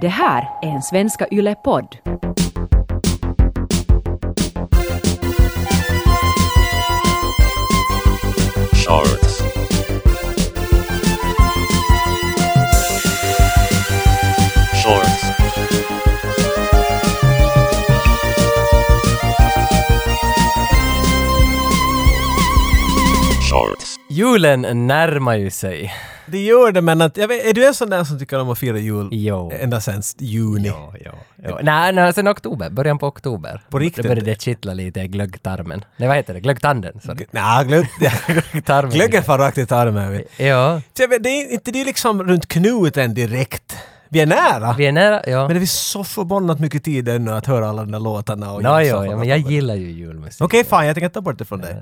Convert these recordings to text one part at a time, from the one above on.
Det här är en Svenska Yle-podd. Shorts. Shorts. Shorts. Julen närmar ju sig. Det gör det, men att, jag vet, är du en sån där som tycker om att fira jul Jo. ända sen juni? Ja, ja, ja. Nej, nej, sen oktober, början på oktober. På riktigt? Då började det kittla lite i glöggtarmen. Nej, vad heter det? Glöggtanden? sorry. Nej, glöm Tarmen. Glöggen far rakt i tarmen. vet du. Ja, Så jag vet, Det är inte det är liksom runt knuten direkt. Vi är nära. vi är nära. Ja. Men det finns så förbannat mycket tid ännu att höra alla de där låtarna och Nå, jo, julsofforna. ja, men jag gillar ju julmusik. Okej, fan, jag tänker ta bort det från dig.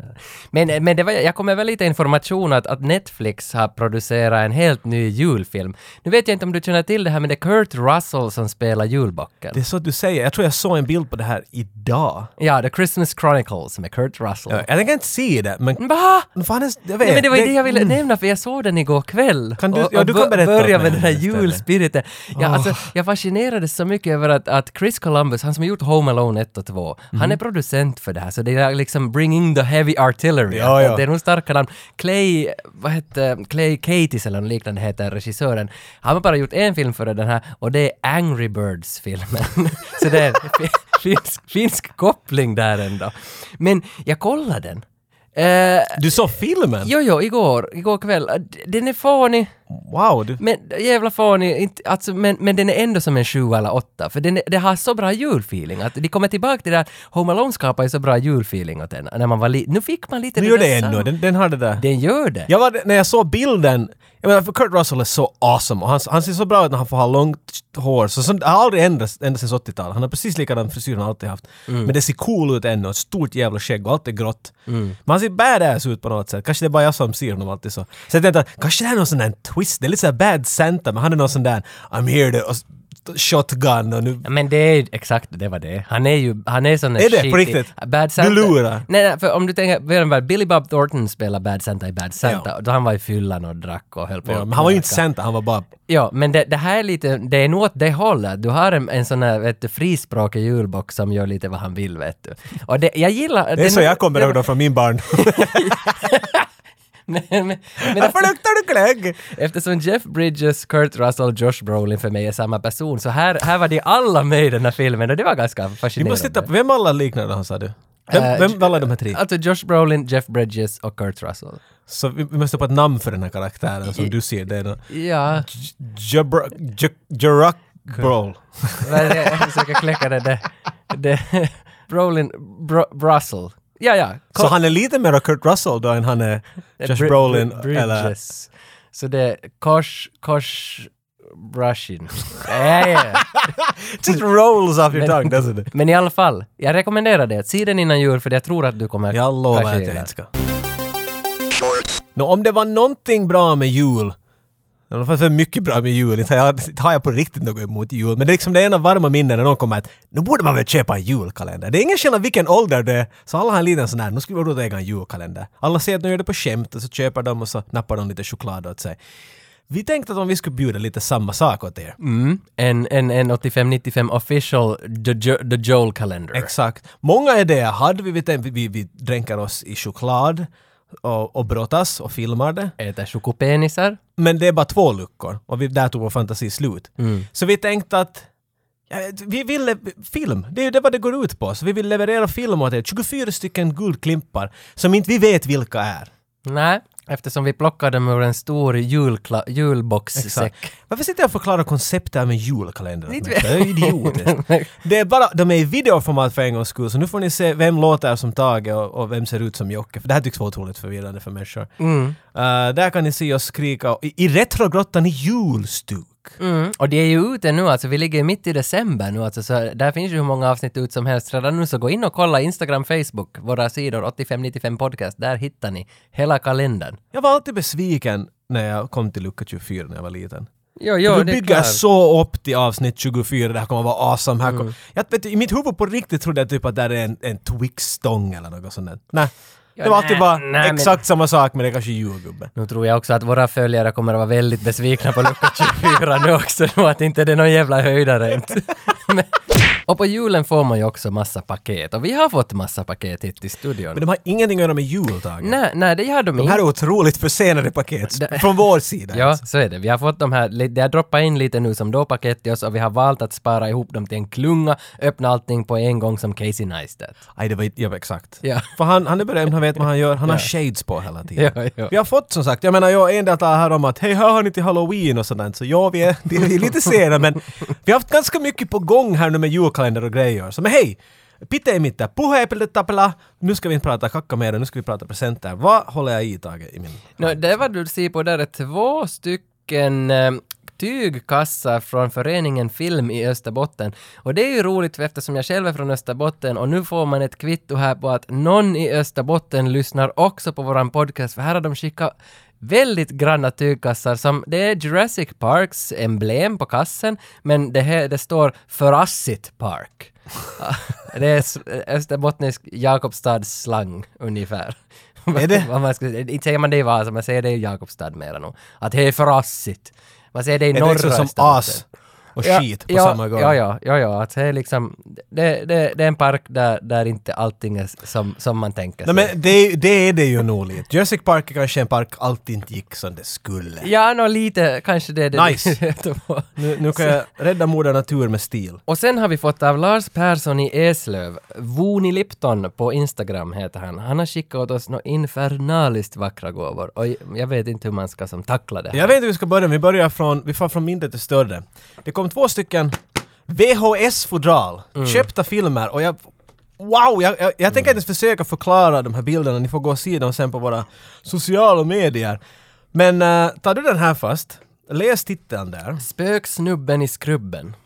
Men, men det var, jag kom över lite information att, att Netflix har producerat en helt ny julfilm. Nu vet jag inte om du känner till det här, men det är Kurt Russell som spelar julbocken. Det är så att du säger. Jag tror jag såg en bild på det här idag. Ja, The Christmas Chronicles med Kurt Russell. Jag tänker inte se det, men... Va? Men Fan, det- jag Nej, vet, Mm. men det var ju det jag ville mm. nämna för jag såg den igår kväll. Kan du- och, ja, och du kan bör- berätta börja åt med den mig här istället. julspiriten. Ja, Åh. alltså, jag fascinerades så mycket över att, att Chris Columbus, han som gjort Home Alone 1 och 2, Mhm. han är producent för det här, så det är liksom bringing the heavy artillery. Ja, Att- ja. att Det är nog starka namn. Clay, vad hette, Clay Catis eller något liknande heter regissören. Han har bara gjort en film före den här och det är Angry Birds-filmen. så det är en fi- finsk, finsk koppling där ändå. Men jag kollade den. Eh, Du såg filmen? Jo, jo, igår, igår kväll. Äh, d- Den är fånig, Wow, du... men jävla fånig, inte, alltså, men, men den är ändå som en sju eller åtta, för den, är- det har så bra julfeeling. Att de kommer tillbaka till det där, Home Alone skapar ju så bra julfeeling åt den, när man var liten. Nu fick man lite Nu gör där det samma- ännu. Den, den har det där. Den gör det. Jag var, när jag såg bilden, jag menar för Kurt Russell är så awesome och han, han ser så bra ut när han får ha långt hår. Så sånt har aldrig ändrats ända sedan 80-talet. Han har precis likadan frisyr han alltid haft. Men det ser cool ut ännu. Ett stort jävla skägg och allt är grått. Men han ser badass ut på något sätt. Kanske det är bara jag som ser honom alltid så. Så jag tänkte att kanske det här är någon sån där twist. Det är lite såhär bad Santa men han är någon sån där I'm here to... och s- Shotgun och nu... Ja, Men det är exakt, det var det. Han är ju, han är sån Är det? På riktigt? Bad Santa. Du lurar. Nej, nej, för om du tänker, vem var det? Billy Bob Thornton spelar Bad Santa i Bad Santa. Då han var i fyllan och drack och höll på Ja, att men han var ju inte knarka. Santa, han var bara... Ja, men det, det här är lite, det är nog åt det hållet. Du har en, en sån här vet du, frispråkig julbock som gör lite vad han vill, vet du. Och det, jag gillar... Det är så jag kommer ihåg dem från min barn. men, men, men Varför luktar du glögg? eftersom Jeff Bridges, Kurt Russell, Josh Brolin för mig är samma person, så här, här var de alla med i den här filmen och det var ganska Vi fascinerande. måste titta på, vem alla liknar han sa du? Vem, Eh, vem var alla de här tre? Alltså Josh Brolin, Jeff Bridges och Kurt Russell. Så vi vi måste på ett namn för den här karaktären som du ser. Det är någon- Ja, Jabra... J- Jarak... Brol. vad är det? jag försöker kläcka det. det, det Brolin, Bro, Russell. Ja, ja. Så han är lite mer av Kurt Russell då än han är Josh Bri- Brolin Bri- eller... Bridges. Så det är Kosh, Kosh Brushin. ja, ja. Just rolls off your tongue, doesn't it? Men i alla fall, jag rekommenderar det. Se den innan jul för jag tror att du kommer Jag lovar kanske att gilla jag inte den. ska. Nå, om det var någonting bra med jul det var för mycket bra med jul. Inte har jag- inte har jag på riktigt något emot jul. Men det är liksom det ena varma minnet när någon kommer att nu borde man väl köpa en julkalender. Det är ingen skillnad vilken ålder det är. Så alla har en liten sån här, nu skulle vi ha råd att äga en julkalender. Alla ser att de gör det på skämt och så köper de och så nappar de lite choklad åt sig. Vi tänkte att om vi skulle bjuda lite samma sak åt er. Mm. En, en, en 85-95 official The, jo- the Joel Calendar. Exakt. Många idéer hade vi. Vi, tänkte- vi, vi dränker oss i choklad och, och brottas och filmar det. Äter chokopenisar. Men det är bara två luckor och vi, där tog vår fantasi slut. Så vi tänkte att ja, vi ville film, det är ju det vad det går ut på. Så vi vill leverera film åt er, 24 stycken guldklimpar som inte vi vet vilka är. Nej, eftersom vi plockade dem ur en stor julkla- julboxsäck. Varför sitter jag och förklarar konceptet här med julkalender? åt Inte mig? Det är ju idiotiskt. det är bara, de är i videoformat för en gångs skull, så nu får ni se vem låter som Tage och, och vem ser ut som Jocke. För det här tycks vara otroligt förvirrande för människor. Eh, där kan ni se oss skrika i, i Retrogrottan i julstuk. Mm. Och det är ju ute nu, alltså vi ligger mitt i december nu, alltså, så där finns ju hur många avsnitt ut som helst redan nu, så gå in och kolla Instagram, Facebook, våra sidor 8595 podcast, där hittar ni hela kalendern. Jag var alltid besviken när jag kom till lucka 24 när jag var liten. Jo, jo, du det är bygger klart. så upp till avsnitt 24, det här kommer vara awesome. Här Mm. kommer- jag, vet, du, I mitt huvud på riktigt trodde jag typ att det här är en, en Twix-stång eller något sånt där. Nej, Ja, det var alltid nej, bara nej, men- exakt samma sak men det är kanske julgubben. Nu tror jag också att våra följare kommer att vara väldigt besvikna på lucka 24 nu också, och att inte det är någon jävla höjdare inte. Men- Och på julen får man ju också massa paket, och vi har fått massa paket hit i studion. Men de har ingenting att göra med juldagen. Nej, nej, det har de De här är inte. otroligt försenade paket från vår sida. Ja, alltså. så är det. Vi har fått de här, li- det har droppat in lite nu som då paket till oss och vi har valt att spara ihop dem till en klunga, öppna allting på en gång som Casey Neistat. Nej, det var, ja, exakt. Ja. För han, han är berömd, han vet vad han gör, han har shades på hela tiden. Ja, ja. Vi har fått som sagt, jag menar jag en del talar här om att hej, hör ni till halloween och sådant? Så ja, vi är, det är lite sena men vi har haft ganska mycket på gång här nu med julkalender och grejer. Så men hej! Pite mitt där, tapela. Nu ska vi inte prata kacka mer, nu ska vi prata presenter. Vad håller jag i taget i min... Nå, det var du ser på där är två stycken eh, tygkassar från föreningen Film i Österbotten. Och det är ju roligt för eftersom jag själv är från Österbotten och nu får man ett kvitto här på att någon i Österbotten lyssnar också på våran podcast för här har de skickat väldigt granna tygkassar som det är Jurassic Parks emblem på kassen men det, här, det står Förassit Park. det är s- österbottnisk Jakobstads slang ungefär. Är det? Vad man ska, inte säger man det i Vasa, man säger det i Jakobstad mera nog. Att det är för assigt. Man säger det i Är det norra liksom som Österbotten. as och Ja, skit på ja, samma gång? Ja, ja, ja, ja. Att det är liksom, det, det, det är en park där, där inte allting är som, som man tänker sig. Nej men det, det är det ju nog lite. Jurassic Park är kanske en park allt inte gick som det skulle. Ja, nå lite kanske det är det. Nice. det- Nu, nu kan jag rädda moder natur med stil. Och sen har vi fått av Lars Persson i Eslöv, Voni Lipton på Instagram heter han. Han har skickat åt oss några infernaliskt vackra gåvor och jag vet inte hur man ska som tackla det här. Jag vet inte hur vi ska börja, men vi börjar från, vi far från mindre till större. Det kom två stycken VHS-fodral, köpta filmer och jag... Wow! Jag, jag, jag tänker inte ens försöka förklara de här bilderna, ni får gå och se dem sen på våra sociala medier. Men eh, tar du den här först? Läs titeln där. Spöksnubben i skrubben.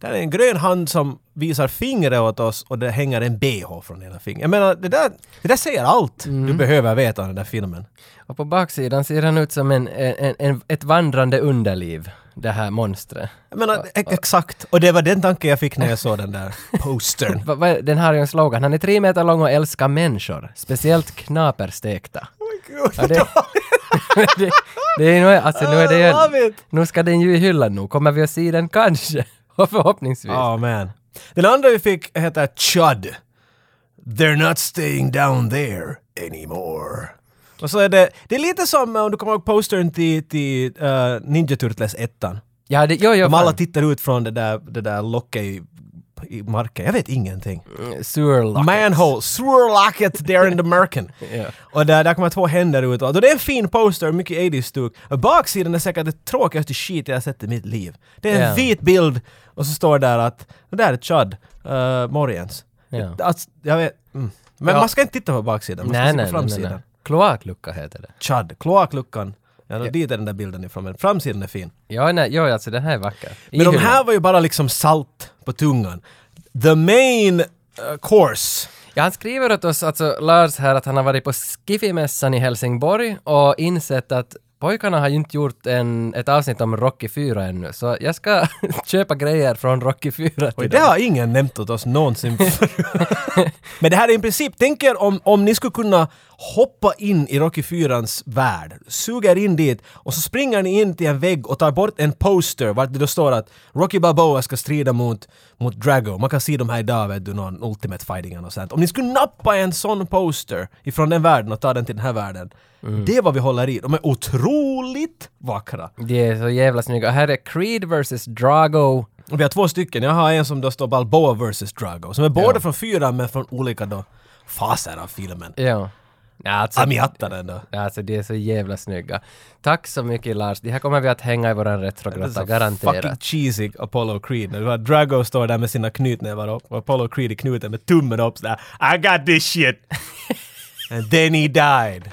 Där är en grön hand som visar fingret åt oss och det hänger en bh från ena fingret. Jag menar, det där, det där säger allt du behöver veta om den där filmen. Och på baksidan ser han ut som en, en, en, ett vandrande underliv, det här monstret. Jag menar, e- exakt. Och det var den tanken jag fick när jag såg den där postern. Va, va, den har ju en slogan, han är tre meter lång och älskar människor, speciellt knaperstekta. Ja, det, det, det är nu, alltså, nu är det I love ju, it. nu ska den ju i hyllan nu, kommer vi att se den kanske? Och förhoppningsvis. Ja, man. Den andra vi fick heter Chud. They're not staying down there anymore. Och så är det, det är lite som eh, om du kommer ihåg postern till, till eh, Ninja Turtles 1. Ja, det, jo, jo, De alla fan. tittar ut från det där, det där locket i, i marken. Jag vet ingenting. Mm, Surlock. Manhole, swirlocket there in the merken. Ja. Och där, där kommer två händer ut. Och det är en fin poster, mycket 80s-stuk. Och Baksidan är säkert det tråkigaste shit jag har sett i mitt liv. Det är en Ja. vit bild och så står där att det där är Chad, uh, Morjens. Ja. Alltså, jag vet, mm. Men Ja. man ska inte titta på baksidan, man ska Nej, se på nej, nej, nej, framsidan. nej. Kloaklucka heter det. Chad, kloakluckan. Ja, då dit är den där bilden ifrån, men framsidan är fin. Ja, nej, jo, alltså den här är vacker. I Men de hyllan. här var ju bara liksom salt på tungan. The main eh, course Ja, han skriver åt oss, alltså Lars här, att han har varit på Skiffymässan i Helsingborg och insett att pojkarna har ju inte gjort en, ett avsnitt om Rocky 4 ännu, så jag ska köpa grejer från Rocky 4 Oj, till det dem. har ingen nämnt åt oss någonsin förut. Men det här är i princip, tänk er om, om ni skulle kunna hoppa in i Rocky 4ans värld, suger in dit och så springer ni in till en vägg och tar bort en poster vart det då står att Rocky Balboa ska strida mot, mot Drago. Man kan se de här idag vet du, någon Ultimate Fighting och sånt. Om ni skulle nappa en sån poster ifrån den världen och ta den till den här världen. Det är vad vi håller i. De är otroligt vackra. De är så jävla snygga. Här är Creed vs. Drago. Och vi har två stycken. Jag har en som då står Balboa vs Drago. Som är båda från fyran men från olika då faser av filmen. Ja. Ja, Alltså, Amiatta den då. ja, alltså de är så jävla snygga. Tack så mycket Lars. De här kommer vi att hänga i våran Det retrogrotta, är så Alltså, Fucking garanterat. cheesy Apollo Creed. Det var Drago står där med sina knytnävar upp och Apollo Creed i knuten med tummen upp sådär. I got this shit! And then he died.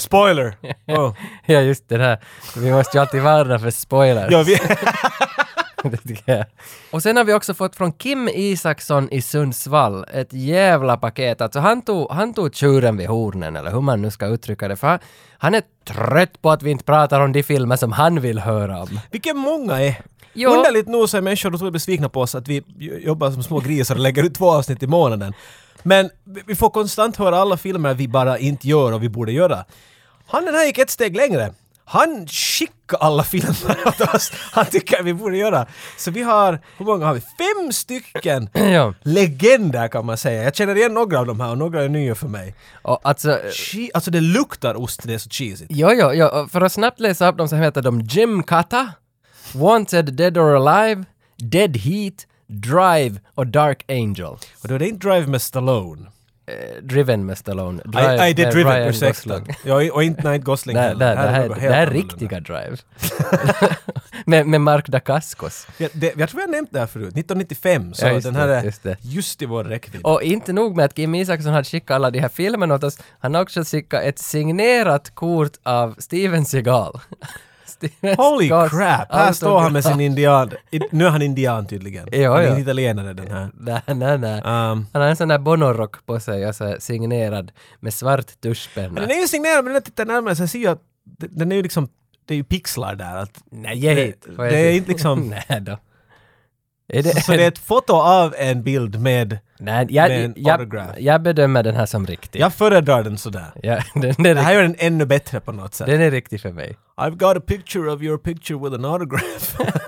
Spoiler! Oh. Ja, just det där. Vi måste ju alltid varna för spoilers. Ja, vi, Det tycker jag. Och sen har vi också fått från Kim Isaksson i Sundsvall ett jävla paket. Alltså han tog, han tog tjuren vid hornen, eller hur man nu ska uttrycka det. För han- han är trött på att vi inte pratar om de filmer som han vill höra om. vilka många är. Jo. Underligt nog så är människor otroligt besvikna på oss att vi j- jobbar som små grisar och lägger ut två avsnitt i månaden. Men vi- vi får konstant höra alla filmer vi bara inte gör och vi borde göra. Han den här gick ett steg längre. Han skickade alla filmer åt oss han tycker vi borde göra. Så vi har, hur många har vi? Fem stycken Ja. legender kan man säga. Jag känner igen några av de här och några är nya för mig. Och alltså, Che- alltså det luktar ost, det är så cheesigt. Jo, jo, jo. och För att snabbt läsa upp dem så heter de Jim Kata, Wanted Dead or Alive, Dead Heat, Drive och Dark Angel. Och då är det inte Drive med Stallone. Eh, Driven med Stallone. Drive Nej, det är med Driven Ryan med Gosling. Sexton. Ja, och inte Night Gosling Nej, nej, det här, något det helt här är annorlunda. riktiga Drive. med, med Mark Dacascos. Ja, det, jag tror jag nämnt det här förut, 1995, så Ja, just den här det, är just just, det. Oh, i vår räckvidd. Och inte nog med att Kim Isaksson hade skickat alla de här filmerna åt oss, han har också skickat ett signerat kort av Steven Seagal. Steven Holy Seagals crap! Här står autograf. han med sin indian. I- Nu är han indian tydligen. Ja, han är ja. inte italienare den här. Nej, nej, nej. Um, Han har en sån där bonorock på sig, alltså signerad med svart tuschpenna. den är ju signerad, men när jag tittar närmare så ser jag att d- den är ju liksom, det är ju pixlar där. Att Nej, ge hit. det, Får jag det är se? inte liksom... Nej då. Är det, så, så det är ett foto av en bild med... nej, jag, med en autograf. jag, jag bedömer den här som riktig. Jag föredrar den sådär. Ja, den, är, Det här gör den ännu bättre på något sätt. den är riktig för mig. I've got a picture of your picture with an autograph.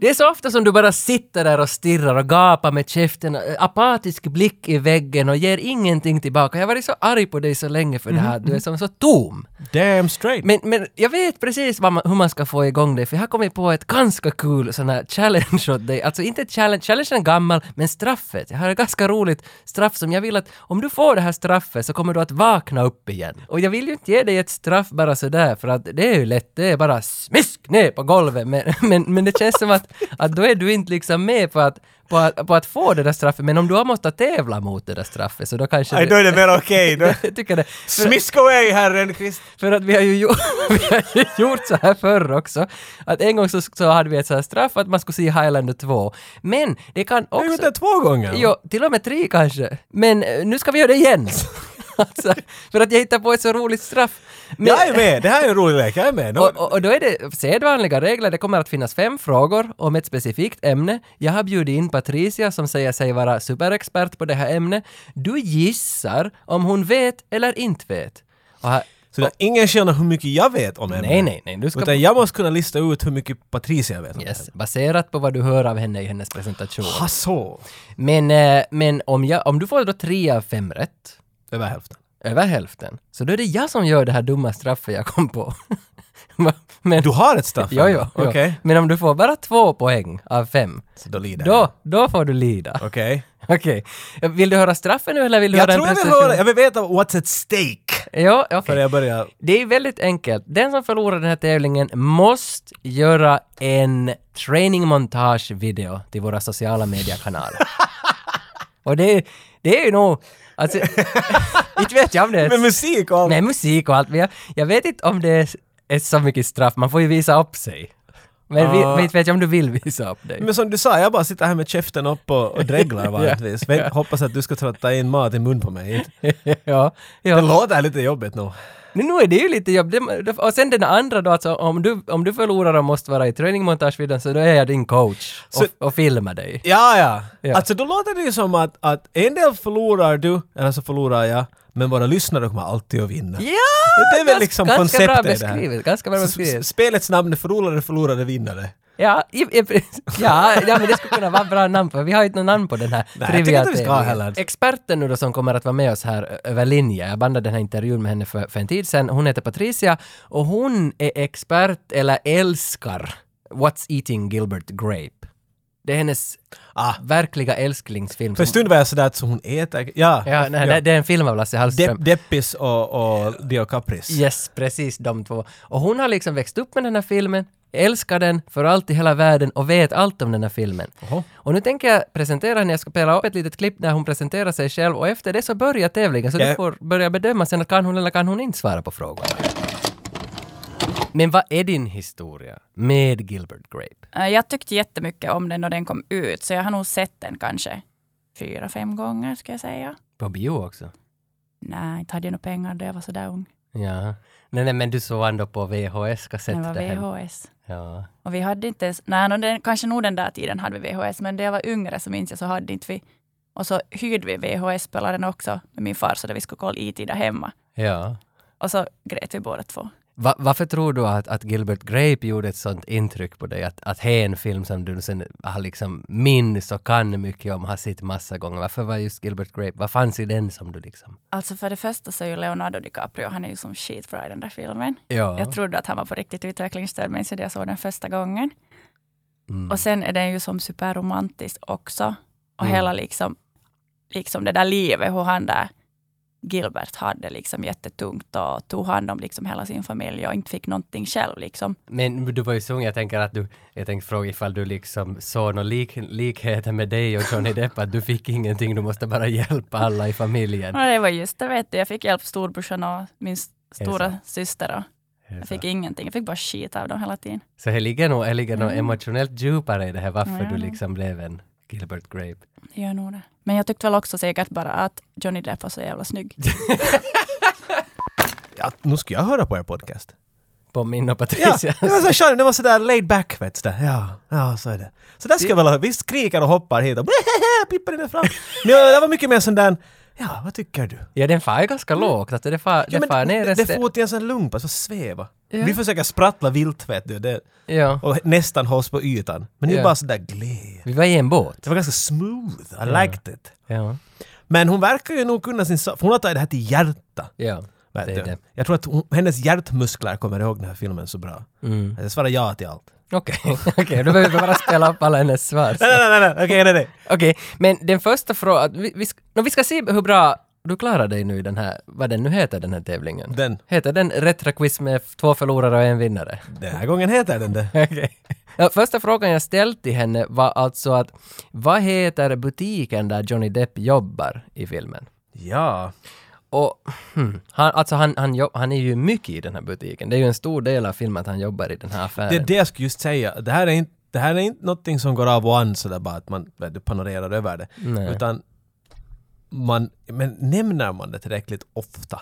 Det är så ofta som du bara sitter där och stirrar och gapar med käften, eh, apatisk blick i väggen och ger ingenting tillbaka. Jag har varit så arg på dig så länge för det här, Mhm, du är som så tom. Damn straight. Men, men jag vet precis vad man, hur man ska få igång det, för jag har kommit på ett ganska kul sån här challenge åt dig. Alltså inte challenge, challenge är gammal, men straffet. Jag har ett ganska roligt straff som jag vill att om du får det här straffet så kommer du att vakna upp igen. Och jag vill ju inte ge dig ett straff bara sådär, för att det är ju lätt, det är bara smisk ner på golvet. Men, men, men det känns som att, att då är du inte liksom med på att, på att, på att få det där straffet. Men om du har måste tävla mot det där straffet så då kanske Nej, du... då är det väl okej. då. jag tycker det. Smisk away herren Krist. För att vi har ju gjort, vi har ju gjort så här förr också. Att en gång så, så hade vi ett så här straff att man skulle se Highlander 2. Men det kan Jag har gjort också... det två gånger. Jo, till och med tre kanske. Men eh, nu ska vi göra det igen. alltså, för att jag hittar på ett så roligt straff. Men- Jag är med, det här är en rolig lek, jag är med. och, och, och då är det sedvanliga regler, det kommer att finnas fem frågor om ett specifikt ämne. Jag har bjudit in Patricia som säger sig vara superexpert på det här ämnet. Du gissar om hon vet eller inte vet. Och här, så det är ingen känner hur mycket jag vet om henne. nej, nej, nej, du ska Utan jag måste kunna lista ut hur mycket Patricia vet om henne. Yes, baserat på vad du hör av henne i hennes presentation. Ha, så. Men, eh, men om, jag, om du får då tre av fem rätt, Över hälften. över hälften, så då är det jag som gör det här dumma straffet jag kom på. men, Du har ett straff? jo, jo, jo. Okej. Men om du får bara två poäng av fem, Så då lider jag. då, då får du lida. Okej. Okej. Vill du höra straffen nu eller vill du Jag höra tror en jag vill presentation? höra, jag vill veta what's at stake. Ja, okej. För jag börjar... Det är väldigt enkelt. Den som förlorar den här tävlingen måste göra en training montage video till våra sociala mediekanaler. och det, det är ju nog... Alltså, inte vet jag om det Med är... musik och allt. Med musik och allt. Men jag, jag vet inte om det är, är så mycket straff. Man får ju visa upp sig. Men vi, Ah. men inte vet jag om du vill visa upp dig. Men som du sa, jag bara sitter här med käften upp och, och dreglar vanligtvis. Vänt- Hoppas att du ska trötta in mat i mun på mig. ja, Det ja. låter lite jobbigt nog. Men nu är det ju lite jobb. Det- Och sen den andra då, alltså, om, du, om du förlorar och måste vara i träningmontagevideon så då är jag din coach och, Så- och filmar dig. Ja, ja. Ja. Alltså då låter det ju som att, att en del förlorar du, eller så förlorar jag, men våra lyssnare kommer alltid att vinna. Ja! Det är väl gans- liksom ganska konceptet bra i det här. beskrivet, Ganska bra S- s- beskrivet. Spelets namn är förlorare, förlorare, vinnare. Ja, i, i, ja, ja, men det skulle kunna vara ett bra namn för vi har ju inte något namn på den här Nej, jag tycker inte vi ska ha trivialtävlingen. heller. Experten nu då som kommer att vara med oss här ö- över linje, jag bandade den här intervjun med henne för, för en tid sedan, hon heter Patricia och hon är expert eller älskar What's Eating Gilbert Grape. Det är hennes Ah. verkliga älsklingsfilm. För en som- stund var jag sådär att så hon äter... Ja. Ja, nej, Det, det är en film av Lasse Hallström. Depp, Deppis och, och Dio Capris. Yes, precis de två. Och hon har liksom växt upp med den här filmen, älskar den för allt i hela världen och vet allt om den här filmen. Jaha. Och nu tänker jag presentera henne, jag ska spela upp ett litet klipp när hon presenterar sig själv och efter det så börjar tävlingen så Ja. du får börja bedöma sen att kan hon eller kan hon inte svara på frågorna. Men vad är din historia med Gilbert Grape? Eh, Jag tyckte jättemycket om den när den kom ut, så jag har nog sett den kanske fyra, fem gånger ska jag säga. På bio också? Nej, inte hade jag några pengar då jag var så där ung. Ja. Nej, nej, men du såg ändå på VHS-kassett Den var där hemma. VHS. Ja. Och vi hade inte ens, nej, no, den, kanske nog den där tiden hade vi VHS, men när jag var yngre så minns jag så hade inte vi. Och så hyrde vi VHS-spelaren också med min far så där vi skulle kolla IT där hemma. ja. Och så grät vi båda två. Va, varför tror du att, att Gilbert Grape gjorde ett sånt intryck på dig? Att, att det är en film som du sen har liksom minns och kan mycket om, har sett massa gånger. Varför var just Gilbert Grape, vad fanns i den som du liksom... Alltså för det första så är ju Leonardo DiCaprio, han är ju som shit bra i den där filmen. Ja. Jag trodde att han var på riktigt utvecklingsstörd men sen jag såg den första gången. Mm. Och sen är den ju som superromantisk också. Och Mm. hela liksom, liksom det där livet, hur han där Gilbert hade liksom jättetungt och tog hand om liksom hela sin familj och inte fick någonting själv liksom. Men du var ju så ung, jag tänker att du... Jag tänkte fråga ifall du liksom såg någon lik, likheter med dig och Johnny Depp, att du fick ingenting, du måste bara hjälpa alla i familjen. Och det var just det, vet du, jag fick hjälp av storbrorsan och min s- Mm. Är det stora syster och jag Så. fick ingenting, jag fick bara skit av dem hela tiden. Så det ligger nog, det ligger nog Mm. emotionellt djupare i det här varför Ja. du liksom blev en Gilbert Grape. Jag gör nog det. Men jag tyckte väl också säkert bara att Johnny Depp var så jävla snygg. Ja, nu ska jag höra på er podcast. På min och Ja, Patricias. det var så skön, det var sådär laid back vet du. Ja, ja så är det. Så där ska jag väl ha, vi skriker och hoppar hit och pippar in där fram. Men ja, det var mycket mer sån där, ja vad tycker du? Ja, den far ju ganska lågt. Att det far, Ja, det far ner Mm. det, en det ste- får till en sån lump, alltså sväva. Vi försöker sprattla vilt vet du, det, Ja. och nästan hålls på ytan. Men det är Ja. bara sådär gled. Vi var i en båt. Det var ganska smooth, I liked it. Ja. Men Men hon verkar ju nog kunna sin sak, för hon har tagit det här till hjärta. ja. Vet Det är du. det. Jag tror att hon, hennes hjärtmuskler kommer ihåg den här filmen så bra. Mm. Jag svarar ja till allt. Okej, okej. Då behöver vi bara spela upp alla hennes svar. Nej, nej, nej, nej, nej, okej, nej, nej. Okej, men den första frågan... Vi, vi, sk- nå, vi ska se hur bra du klarar dig nu i den här... Vad den nu heter, den här tävlingen. Den. Heter den Retraquiz med f- två förlorare och en vinnare? Den här gången heter den det. Okej. Ja, första frågan jag ställt till henne var alltså att vad heter butiken där Johnny Depp jobbar i filmen? Ja. Och hmm, han, alltså han, han, jobb, han är ju mycket i den här butiken. Det är ju en stor del av filmen att han jobbar i den här affären. Det är det jag skulle just säga. Det här är inte, det här är inte någonting som går av och an sådär bara att man vet du, panorerar över det. Nej. Utan man, men nämner man det tillräckligt ofta?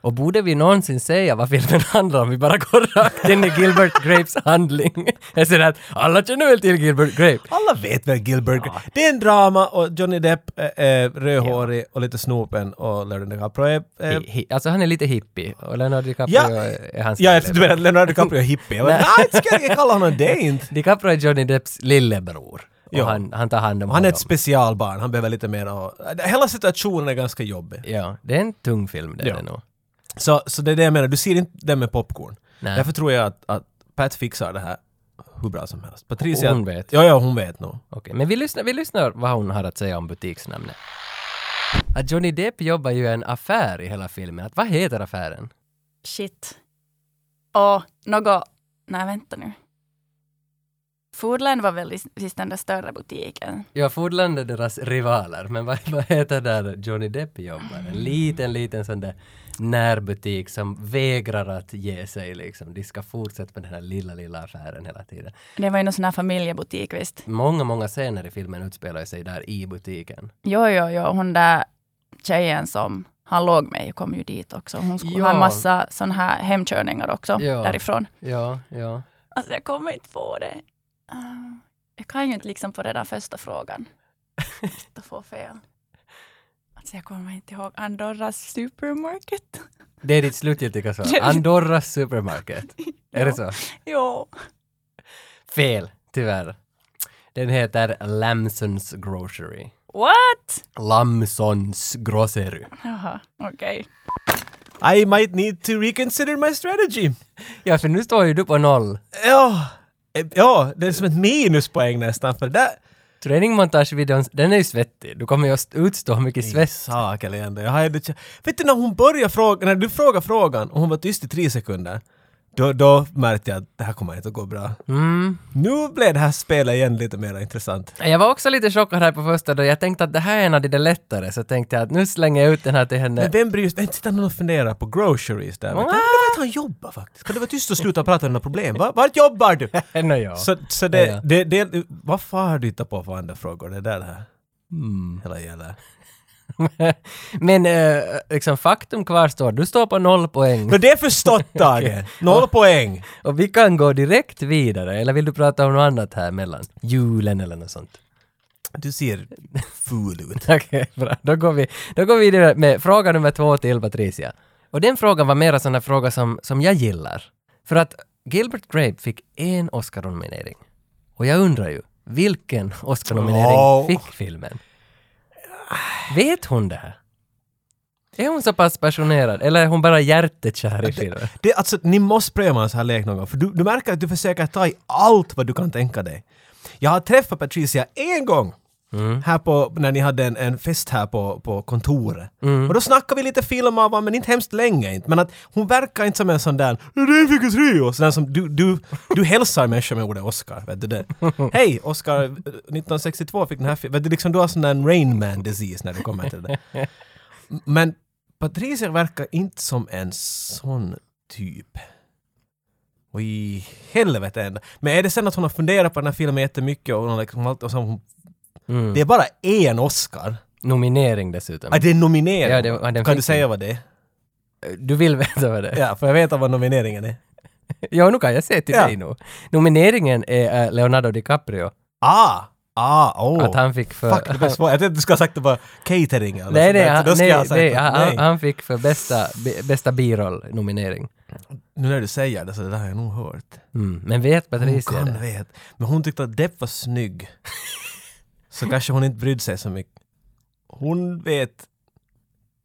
Och borde vi någonsin säga vad filmen handlar om? Vi bara går rakt in i Gilbert Grapes handling. Jag ser att alla känner väl till Gilbert Grape? Alla vet väl Gilbert Det är en drama och Johnny Depp är, är rödhårig och lite snopen och Leonardo DiCaprio är... är Hi, hi, alltså han är lite hippie och Leonardo DiCaprio Eh. Ja. är hans ja, lillebror. efter du menar att Leonardo DiCaprio är hippie. Jag bara, Nej. Nej, inte ska jag kalla honom det inte. DiCaprio är Johnny Depps lillebror. Och Ja. han, han tar hand om Han är honom. ett specialbarn, han behöver lite mer av... Hela situationen är ganska jobbig. Ja, det är en tung film det är Ja. det nog. Så, så det är det jag menar, du ser inte det med popcorn. Nej. Därför tror jag att, att Pat fixar det här hur bra som helst. Patricia... Hon vet. Ja, ja, hon vet nog. Okej, men vi lyssnar, vi lyssnar vad hon har att säga om butiksnamnet. Att Johnny Depp jobbar ju i en affär i hela filmen. Att vad heter affären? Shit. Och något, nej vänta nu. Foodland var väl lis- visst den där större butiken. Ja, Foodland är deras rivaler, men vad, vad heter där Johnny Depp jobbar? En liten, liten sån där närbutik som vägrar att ge sig liksom. De ska fortsätta med den här lilla, lilla affären hela tiden. Det var ju någon sån här familjebutik visst. Många, många scener i filmen utspelar sig där i butiken. Jo, jo, jo, hon där tjejen som han låg med kom ju dit också. Hon skulle Ja. ha en massa sån här hemkörningar också Ja. därifrån. Ja, ja. Alltså jag kommer inte på det. Ah, Jag kan ju inte liksom på redan första frågan. Inte få fel. Alltså jag kommer inte ihåg. Andorra Supermarket. Det är ditt slutgiltiga svar. Andorras supermarket. Är det så? Jo. Fel, tyvärr. Den heter Lamsons Grocery. What? Lamsons Grocery. Jaha, okej. I might need to reconsider my strategy. Ja, för nu står ju du på noll. Ja, eh, ja det är som ett minuspoäng nästan för det... Träningmontagevideon, den är ju svettig. Du kommer ju att utstå mycket svett. Saker igen. Jag hade, vet du när hon började fråga, när du frågade frågan och hon var tyst i tre sekunder. Då, då märkte jag att det här kommer inte att gå bra. Mm. Nu blev det här spelet igen lite mer intressant. Jag var också lite chockad här på första då. Jag tänkte att det här är en av de där lättare, så tänkte jag att nu slänger jag ut den här till henne. Men vem bryr sig? Sitter någon och funderar på groceries där? Tänk om du vet han jobbar faktiskt? Kan du vara tyst och sluta prata om dina problem? Va- Vart jobbar du? Nå, ja. Så, så det, Ja. Mm. det, det, vad fan har du hittat på för andra frågor? Det är där det här hela gäller. Men eh, liksom faktum kvarstår, du står på noll poäng Men det är förstått Tage! Noll poäng! och vi kan gå direkt vidare. Eller vill du prata om något annat här mellan julen eller något sånt? Du ser ful ut. Okej, bra. Då går, vi, då går vi vidare med fråga nummer två till Patricia. Och den frågan var mera sån här fråga som, som jag gillar. För att Gilbert Grape fick en Oscar-nominering. Och jag undrar ju, vilken Oscar-nominering Wow. fick filmen? Vet hon det här? Är hon så pass passionerad? Eller är hon bara hjärtekär i filmen? Det, är alltså, ni måste pröva en sån här lek någon gång, för du, du märker att du försöker ta i allt vad du kan tänka dig. Jag har träffat Patricia en gång här på, när ni hade en, en fest här på, på kontoret. Och då snackade vi lite film av honom, men inte hemskt länge inte. Men att hon verkar inte som en sån där ”Den fick ett Rio!” sån där som du, du, du hälsar människor med ordet Oscar. Vet du det? Hej! Oscar eh, 1962 fick den här filmen. Vet du, liksom, du har sån där Rain Man disease när du kommer till det. Men Patricia verkar inte som en sån typ. Och i helvete ändå. Men är det sen att hon har funderat på den här filmen jättemycket och hon har liksom allt och så har hon... Mm. Det är bara en Oscar. Nominering dessutom. Ah, det är nominering. Ja, det var- den kan fick du den. säga vad det är? Du vill veta vad det är? Ja, för jag vet vad nomineringen är. Ja, nu kan jag säga till Ja. dig nu. Nomineringen är eh, Leonardo DiCaprio. Ah! Ah, åh! Att han fick för... Fuck, det var svårt. Jag tänkte du skulle ha sagt det bara catering eller Nej, sånt nej, där. han, Då skulle nej, jag ha sagt nej, att han, nej. han- han fick för bästa, bi- bästa biroll-nominering. Nu när du säger det så det där har jag nog hört. Mm. Men vet Hon Patricia kan det? vet. Men hon tyckte att Depp var snygg. så kanske hon inte brydde sig så mycket. Hon vet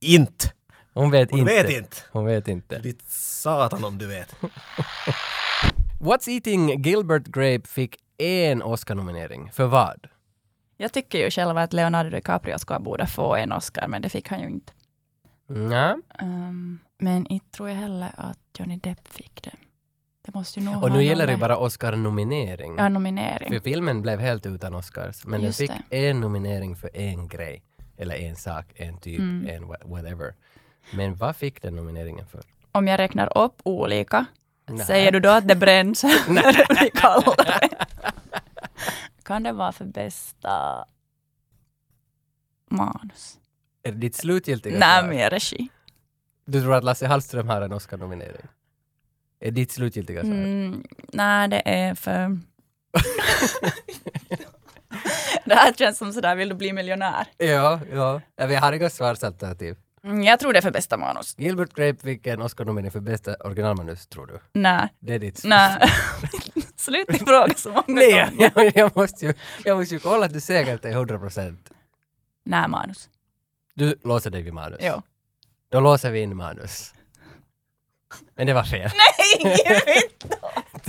inte. Hon vet Hon inte. vet inte. Hon vet inte. Ditt satan om du vet. What's Eating Gilbert Grape fick en Oscar-nominering. För vad? Jag tycker ju själv att Leonardo DiCaprio ska borde få en Oscar, men det fick han ju inte. Nja. Ehm, men inte tror jag heller att Johnny Depp fick det. Det måste ju nog Och ha nu gäller det någon- bara Oscar-nominering. Ja, nominering. För filmen blev helt utan Oscars. Men den Just fick en nominering för en grej. Eller en sak, en typ, Mm. en wha- whatever. Men vad fick den nomineringen för? Om jag räknar upp olika, Nej. säger du då att det bränns när det blir kallare? kan det vara för bästa manus? Är det ditt slutgiltiga Nej, svar? mer regi. Du tror att Lasse Hallström har en Oscar-nominering? Är ditt slutgiltiga svar? Mm, nej, det är för... det här känns som sådär, vill du bli miljonär? Ja, ja. ja. Vi har inga svarsalternativ. Mm, jag tror det är för bästa manus. Gilbert Grape fick en Oscar-nominering för bästa originalmanus, tror du? Nej, Det är ditt nej. Sluta fråga så många Nej, gånger. jag, jag, måste ju, jag måste ju kolla att du säger att det är 100 procent. Nej, manus. Du låser dig vid manus. Jo. Då låser vi in manus. Men det var fel. Nej, gud!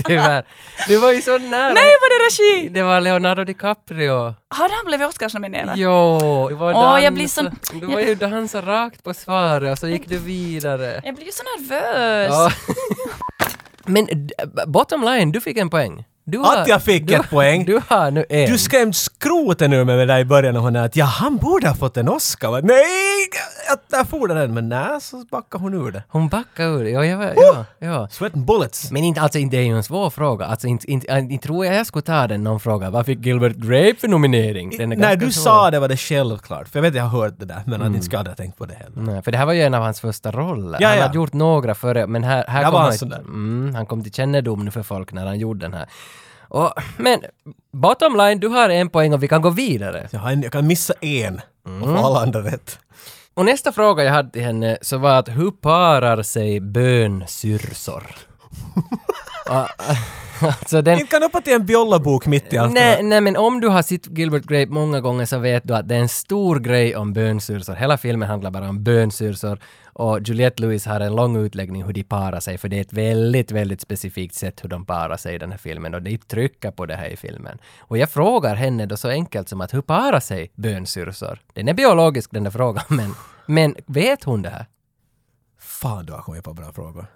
Tyvärr. Du var ju så nära. Nej, var det regi? Det var Leonardo DiCaprio. Har han blivit Oscarsnominerad? Jo, du var Åh, jag blir så- dansa- Du var ju dansa rakt på svaret och så gick du vidare. Jag blir ju så nervös. Ja. Men d- bottom line, du fick en poäng. Du Att jag fick du, ett poäng. Du har nu en. Du skrämde skroten ur mig med det där i början och hon är att ja, han borde ha fått en Oscar. va? Nej! Att där for den. Men nej, så backar hon ur det. Hon backar ur. Ja, jag, var- ja, ja. Sweat and bullets. Men inte, alltså, inte, det är ju en svår fråga. Alltså, inte, inte, äh, inte tror jag jag skulle ta den någon fråga. Vad fick Gilbert Grape för nominering? Den är När ganska du svår. sa det var det självklart. För jag vet att jag har hört det där, men att inte ska jag aldrig ha tänkt på det heller. Nej, för det här var ju en av hans första roller. Ja, han ja. hade gjort några före, men här, här Där kom var han han, sån där. mm, han kom till kännedom nu för folk när han gjorde den här. Och, men bottom line, du har en poäng och vi kan gå vidare. Jag, har en, jag kan missa en och få alla andra rätt. Och nästa fråga jag hade till henne så var att hur parar sig bönsyrsor? Ah, ah, alltså den... Inte kan hoppa till en bjollabok mitt i allt det Nej, där. nej, men om du har sett Gilbert Grape många gånger så vet du att det är en stor grej om bönsyrsor. Hela filmen handlar bara om bönsyrsor och Juliette Lewis har en lång utläggning hur de parar sig för det är ett väldigt, väldigt specifikt sätt hur de parar sig i den här filmen och de trycker på det här i filmen. Och jag frågar henne då så enkelt som att hur parar sig bönsyrsor? Den är biologisk den där frågan men, men vet hon det här? Fan, du har kommit på bra frågor.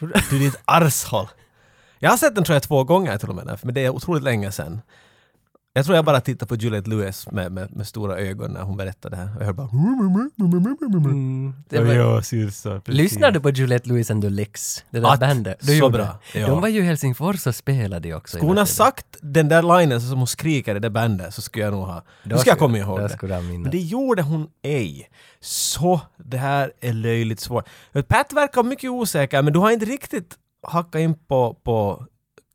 Du är ditt arshåll. Jag har sett den tror jag två gånger till och med, men det är otroligt länge sedan. Jag tror jag bara tittade på Juliette Lewis med, med, med stora ögon när hon berättade det här. Jag hörde bara... Mm, Det var- Ja, syrsa. precis. Lyssnar du på Juliette Lewis and the Licks? Det där Att, bandet? Du så gjorde bra, det. ja. De var ju i Helsingfors och spelade ju också. i Skulle hon den ha tiden. sagt den där linen så som hon skriker i det bandet så skulle jag nog ha... Då ska jag komma ihåg Då det. skulle jag minnas. Men det gjorde hon ej. Så det här är löjligt svårt. Pat verkar mycket osäker, men du har inte riktigt hackat in på, på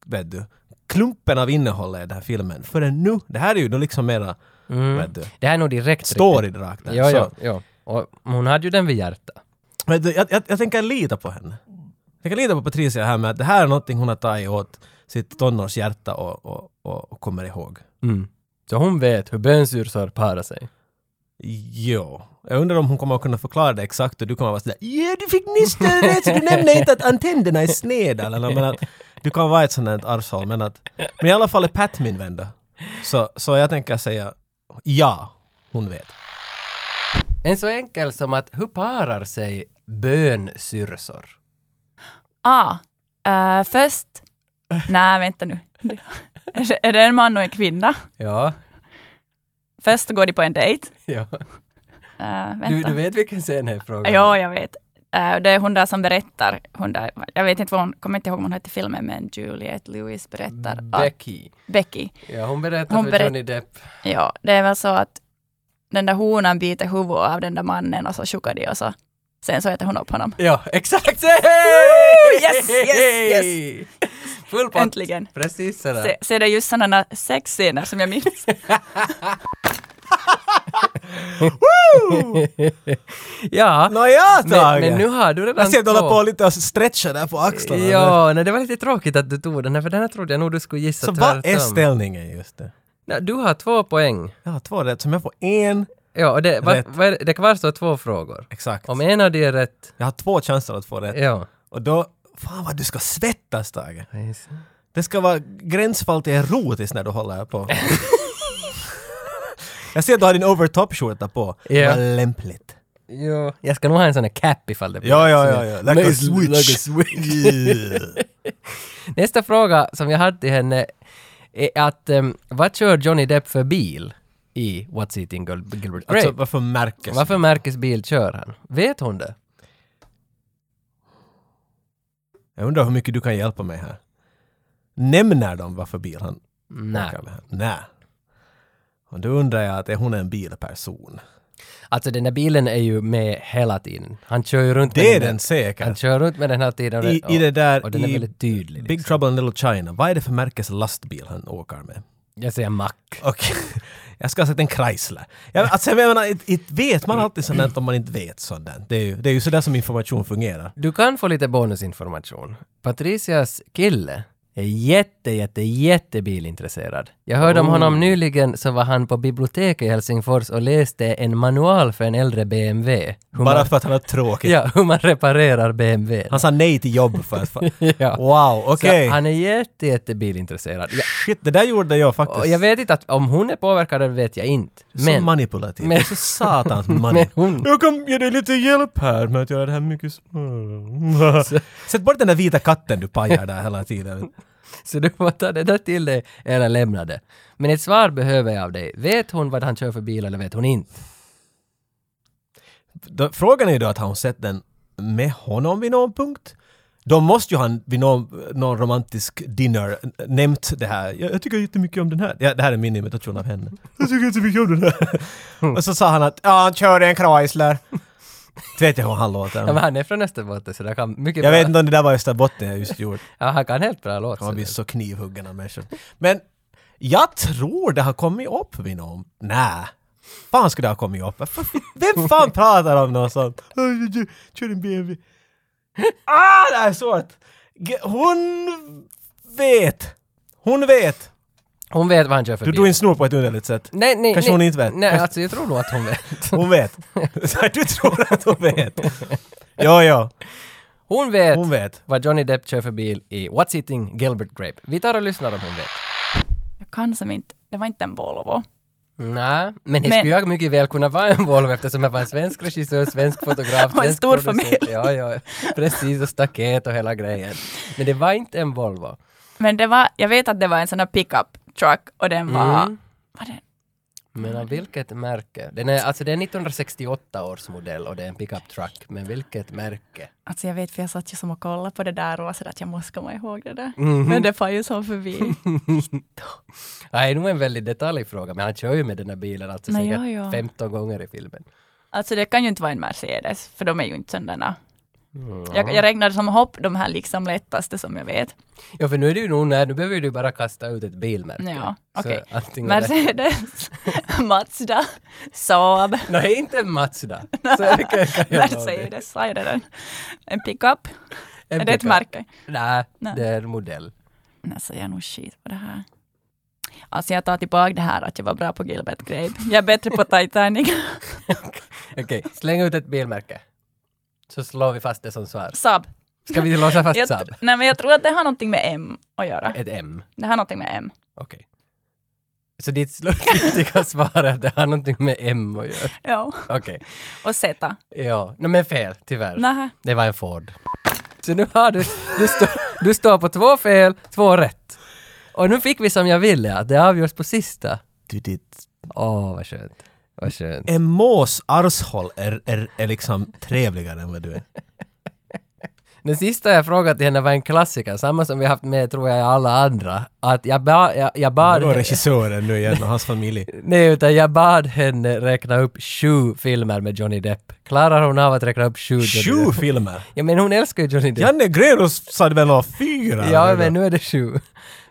vet du, klumpen av innehållet i den här filmen förrän nu. Det här är ju då liksom mera, Mm. vet du, Det här är nog direkt story rakt där. Ja, Så, ja, ja. Och hon hade ju den vid hjärtat. vet du, jag, jag, jag tänker lita på henne. Jag kan lita på Patricia här med att det här är någonting hon har tagit åt sitt tonårshjärta och, och, och, och kommer ihåg. Mm. Så hon vet hur bönsyrsor parar sig. Jo. Jag undrar om hon kommer att kunna förklara det exakt och du kommer att vara sådär ”Ja, du fick nyss det rätt, så du nämnde inte att antennerna är sneda” eller nåt, men att du kan vara ett sånt där arvshåll, men att... Men i alla fall är Pat min vän då. Så, så jag tänker säga ja, hon vet. En så enkel som att hur parar sig bönsyrsor? Ah, eh, först... Nej, vänta nu. Är det- Är det en man och en kvinna? Ja, Först går de på en dejt. ja. Eh, vänta. Du, du vet vilken scen det är frågan Ja, jag vet. Eh, det är hon där som berättar. Hon där, jag vet inte vad hon, kommer inte ihåg vad hon hette i filmen, men Juliette Lewis berättar. att Becky. Becky. Ja, hon berättar Hon för berätt- Johnny Depp. Ja, det är väl så att den där honan biter huvudet av den där mannen och så tjockar de och så sen så äter hon upp honom. Ja, exakt! Yes, yes, Full pott. Äntligen. Precis sådär. Se, se det är just sådana sexscener som jag minns. ja. Nåja, Men, Tage! men nu har du redan jag ser att du håller två. på lite och stretchar där på axlarna. Ja, nej, det var lite tråkigt att du tog den här, för den här trodde jag nog du skulle gissa Så vad är tvärtom. ställningen just det? Nej, Du har två poäng. Jag har två rätt, som jag får en Ja, och det, va, Rätt. va, det kvarstår två frågor. exakt. Om en av de är rätt, Jag har två chanser att få rätt. ja. Och då... Fan vad du ska svettas, Tage! Det ska vara gränsfall till erotiskt när du håller på. jag ser att du har din overtop-skjorta på. Ja. Vad lämpligt. Ja, jag ska nog ha en sån här cap ifall det blir Ja, ja, rätt. ja. ja. Like a Nice, switch. like a switch. Nästa fråga som jag hade till henne är att ehm, vad kör Johnny Depp för bil i What's Eating Gil- Gilbert Grape? alltså, varför märkes Varför märkesbil kör han? Vet hon det? Jag undrar hur mycket du kan hjälpa mig här. Nämner de varför bil han Nej. åker med? Nej. Och då undrar jag att är hon en bilperson? Alltså den där bilen är ju med hela tiden. Han kör ju runt Det är med den Han säkert. kör runt med den hela tiden. och I, den- i det där... Och den är i väldigt tydlig. Big liksom. Trouble in Little China. Vad är det för märkes lastbil han åker med? Jag säger mack. Okej. Jag ska ha sagt en Chrysler. Jag, alltså, jag menar, it, it vet man alltid sånt där om man inte vet sånt där. Det är ju, det är ju sådär som information fungerar. Du kan få lite bonusinformation. Patricias kille är jätte, jätte, jätte bilintresserad. Jag hörde om Oh. honom nyligen så var han på biblioteket i Helsingfors och läste en manual för en äldre BMW. Hur Bara man, för att han har tråkigt. ja, hur man reparerar BMW. Han sa nej till jobb för att... fa- Ja. Wow, Så okej. Han är jätte, jätte bilintresserad. Ja, Shit, det där gjorde jag faktiskt. och jag vet inte att om hon är påverkad det vet jag inte. så Men, manipulativ. men- så satans men manipulativ. hon... Jag kan ge dig lite hjälp här med att göra det här mycket smartare. Sätt bort den där vita katten du pajar där hela tiden. Så du får ta det där till dig eller lämna det. Men ett svar behöver jag av dig. Vet hon vad han kör för bil eller vet hon inte? Då, frågan är ju då att har hon sett den med honom vid någon punkt? Då måste ju han vid någon, någon romantisk dinner n- nämnt det här. Jag, jag tycker jättemycket om den här. Ja, det här är min imitation av henne. Jag tycker jättemycket om den här. Och så sa han att ja, han körde en Chrysler. Det vet jag hur han Ja, men låter. han är från Österbotten så det kan mycket Jag bra... vet inte om det där var Österbotten jag just gjort. Ja, han kan helt bra låt. Han sådär. blir så knivhuggen av människor. Men jag tror det har kommit upp vid någon. Nä. Fan skulle det ha kommit upp. Varför- Vem fan pratar om något sånt? Oj, oj, oj, Kör en BMW. Ah, det här är svårt! G- Hon vet. Hon vet. Hon vet vad han kör för Du bil. drog in snor på ett underligt sätt. Nej, nej, Kanske nej. hon inte vet. Nej, Kanske- alltså jag tror nog att hon vet. Hon vet. Så du tror att hon vet. Ja, ja. Hon vet Hon vet. vad Johnny Depp kör för bil i What's Eating Gilbert Grape. Vi tar och lyssnar om hon vet. Jag kan som inte, det var inte en Volvo. Nej, men det Men- skulle jag mycket väl kunna vara en Volvo eftersom jag var en svensk regissör, svensk fotograf, Och en svensk stor producent. familj. Ja, ja, precis och staket och hela grejen. Men det var inte en Volvo. Men det var, jag vet att det var en sån här pickup truck och den var Mm. Var det? Men Mm. av vilket märke? Den är, alltså det är 1968 års modell och det är en pickup truck. Men vilket märke? Alltså jag vet, för jag satt ju som och kollade på det där och var sådär att jag måste komma ihåg det där. Mhm. Men det var ju som förbi. Ja, det är nog en väldigt detaljfråga, men han kör ju med den där bilen alltså Nej, säkert ja, ja. 15 gånger i filmen. Alltså det kan ju inte vara en Mercedes, för de är ju inte sådana. Mm. Jag, jag räknade som hopp de här liksom lättaste som jag vet. Ja, för nu är det ju nog när, nu behöver du bara kasta ut ett bilmärke. Ja, Så okej. antingen är det- Mercedes, Mazda, Saab, Nej, inte en Mazda. Så det kan, kan jag lova dig. Mercedes, sa jag det där? En pickup? En är det ett pickup. märke? Nej, Nej. det är en modell. Alltså jag är nog skit på det här. Alltså jag tar tillbaka det här att jag var bra på Gilbert Grape. Jag är bättre på Titanic. Okej, släng ut ett bilmärke. Så slår vi fast det som svar. Saab. Ska vi låsa fast Jag, Saab? nej men jag tror att det har någonting med M att göra. Ett M. Det har någonting med M. Okej. Så ditt slutgiltiga svar är att det har någonting med M att göra? Ja. Okej. Och Z. Ja, no, men fel, tyvärr. Nähä. Det var en Ford. Så nu har du, du, stå, du står på två fel, två rätt. Och nu fick vi som jag ville, att det avgörs på sista. Du, ditt... Åh, vad skönt. Vad skönt. En mås arshåll är, är, är liksom trevligare än vad du är. Den sista jag frågat till henne var en klassiker, samma som vi haft med tror jag i alla andra. Att jag, ba, jag, jag bad... Du var regissören nu igen och hans familj. Nej, utan jag bad henne räkna upp sju filmer med Johnny Depp. Klarar hon av att räkna upp sju Johnny Sju Depp? filmer! Ja, men hon älskar ju Johnny Depp. Janne Grönros sa det väl var fyra? Ja, men nu är det sju.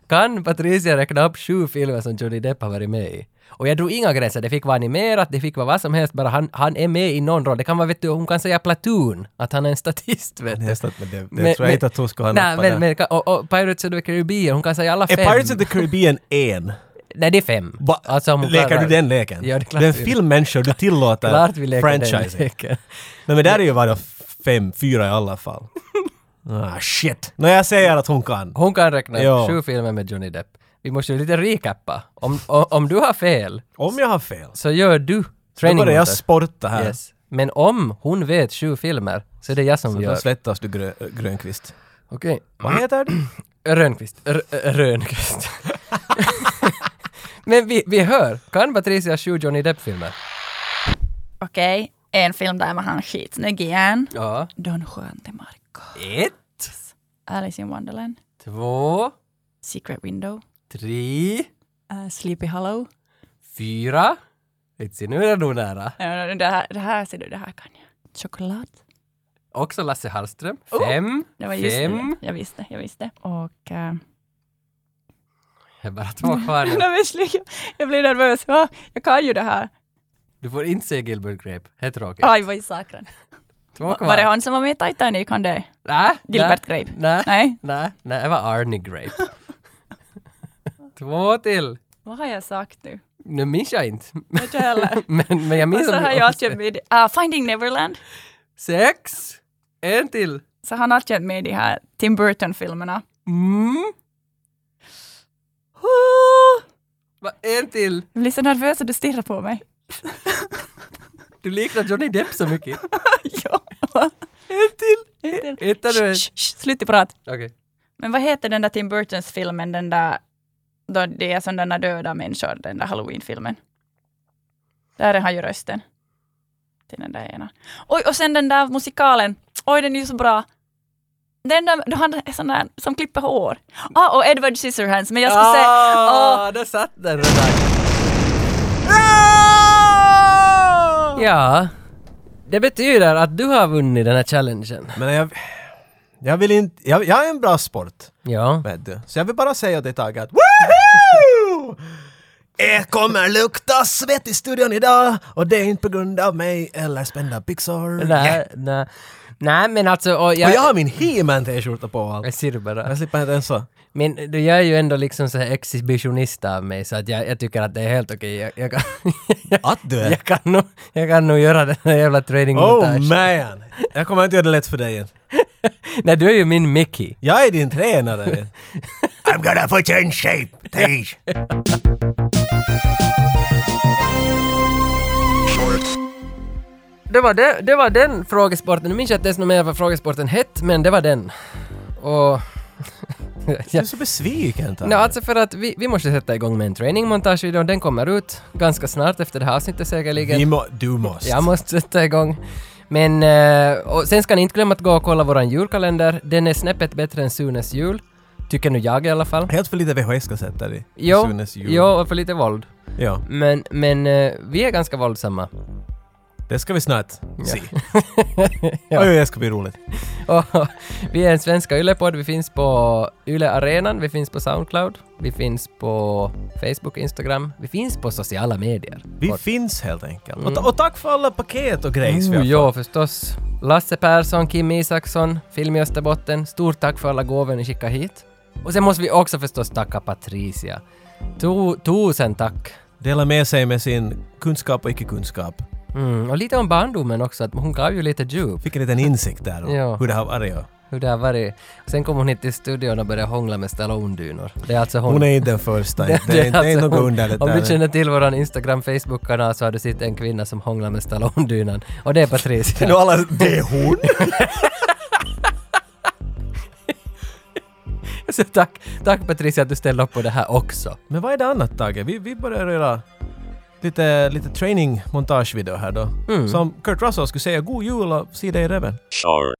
Kan Patricia räkna upp sju filmer som Johnny Depp har varit med i? Och jag drog inga gränser, det fick vara animerat, det fick vara vad som helst, bara han, han är med i någon roll. Det kan vara, vet du, hon kan säga Platoon, att han är en statist, vet du. Nästan, men det, det Men- tror jag men- inte att hon skulle ha Nej, nappat men, där. men och, och Pirates of the Caribbean, hon kan säga alla Är fem. Pirates of the Caribbean en? Nej, det är fem. Va? Alltså, om hon leker klarar- du den leken? Ja, det är klart den vi- filmmänniskor du tillåter Klart vi leker den franchising. leken. Nej men där är ju bara fem, fyra i alla fall. Ah shit. När jag säger att hon kan. Hon kan räkna Ja. upp sju filmer med Johnny Depp. Vi måste ju lite recappa. Om, om, om du har fel, Om jag har fel. så gör du Då training börjar jag motor. sporta här. Yes. Men om hon vet sju filmer så är det jag som Så då gör. svettas du grö, äh, Grönqvist. Okej. Vad heter du? Rönnqvist. R- R- Rönnqvist. Men vi, vi hör. Kan Patricia sju Johnny Depp-filmer? Okej, en film där var han skitsnygg igen. Ja. Don Juan de Marco. Ett, Alice in Wonderland. två, Secret Window. tre, eh, Sleepy Hollow. fyra. Vitsi, nu är det nog nära. Ja, Det här, det här ser du, det här kan jag. Choklad. Också Lasse Hallström. Oh, Fem, Det var just fem. det. Jag visste, jag visste. Och... eh, Det är bara två kvar nu. Nej, men sli- jag blir nervös. Ja, jag kan ju det här. Du får inte se Gilbert Grape. Det är tråkigt. Aj, vad i sakran. Två kvar. Var det han som var med i Titanic? Han det? Nä, Gilbert nä, Grape? nä. Nej. Nej, nej, det var Arne Grape. Två till. Vad har jag sagt nu? Nu minns jag inte. Inte heller. Men, men jag Och minns så att har vi- jag känt med i- ah, Finding Neverland. Sex. En till. Så han har känt med i de här Tim Burton-filmerna. Mm. Va, en till. Jag blir så nervös att du stirrar på mig. Du liknar Johnny Depp så mycket. ja. En till. En till. Hittar du en? Shh, shh, Sluta prata. Okej. Men vad heter den där Tim Burtons-filmen, den där... Då det är sådana döda människor, den där Halloween-filmen. Där är han ju rösten. Till den där ena. Oj, och sen den där musikalen. Oj, den är ju så bra. Den där, då han är sån där som klipper hår. Ah, och Edward Scissorhands, men jag ska säga... Åh, Ah, där satt den redan. Ja. Det betyder att du har vunnit den här challengen. Men jag... Jag vill inte... Jag, jag är en bra sport. Ja. Vet du. Så jag vill bara säga det taget att Woohoo! Det kommer lukta svett i studion idag och det är inte på grund av mig eller spända byxor. Nej, nej. Nej, men alltså... Och jag, Och jag har min He-Man t-skjorta på och allt. Jag ser det bara. Jag Alltså, slipper inte ens så. Men du gör ju ändå liksom så här exhibitionist av mig så att jag, jag tycker att det är helt okej. Jag, jag, kan, Att du är. jag, kan nog, jag kan nog göra den här jävla trading Oh montage. man! Jag kommer inte göra det lätt för dig igen. Nej, du är ju min Mickey. Jag är din tränare. I'm gonna put you in shape, Tej! Det var, det, det var den frågesporten. Nu minns jag inte ens något mer vad frågesporten hette, men det var den. Och Du är så besviken Tage. Nej, alltså för att vi, vi måste sätta igång med en trainingmontagevideo. Den kommer ut ganska snart efter det här avsnittet säkerligen. Vi må, du måste. Jag måste sätta igång. Men, eh, och sen ska ni inte glömma att gå och kolla våran julkalender. Den är snäppet bättre än Sunes jul. Tycker nu jag i alla fall. Helt för lite VHS-kassetter i Jo, Sunes jul. jo, och för lite våld. Ja, Men, men eh, vi är ganska våldsamma. det ska vi snart se. Ja. Oj, det ska bli roligt. Och, vi är en svenska ylepodd. Vi finns på Yle Arenan, vi finns på Soundcloud, vi finns på Facebook, Instagram. Vi finns på sociala medier. Vi finns helt enkelt. Och, ta- och tack för alla paket och grejs vi har Oh, Mm. ja, förstås. Lasse Persson, Kim Isaksson, Film i Österbotten. Stort tack för alla gåvor ni skickar hit. Och sen måste vi också förstås tacka Patricia. To, tusen tack. dela med sig med sin kunskap och icke-kunskap. Mm, och lite om barndomen också, att hon gav ju lite djup. Fick en liten insikt där om Ja. hur det har varit. och- Hur det har varit. Sen kom hon hit till studion och började hångla med Stallone-dynor. Det är alltså hon. Hon är inte den första. Det, det, är inte- det är alltså något hon. underligt Om där. du känner till våran Instagram, Facebook-kanal så har du sett en kvinna som hånglar med Stallone-dynan. Och det är Patricia. Nu alla, det är hon! Så tack, tack Patricia att du ställde upp på det här också. Men vad är det annat Tage? Vi, vi börjar göra lite, Mm. lite training montagevideo här då. Som Kurt Russell skulle säga, god jul och se dig i röven. shorts.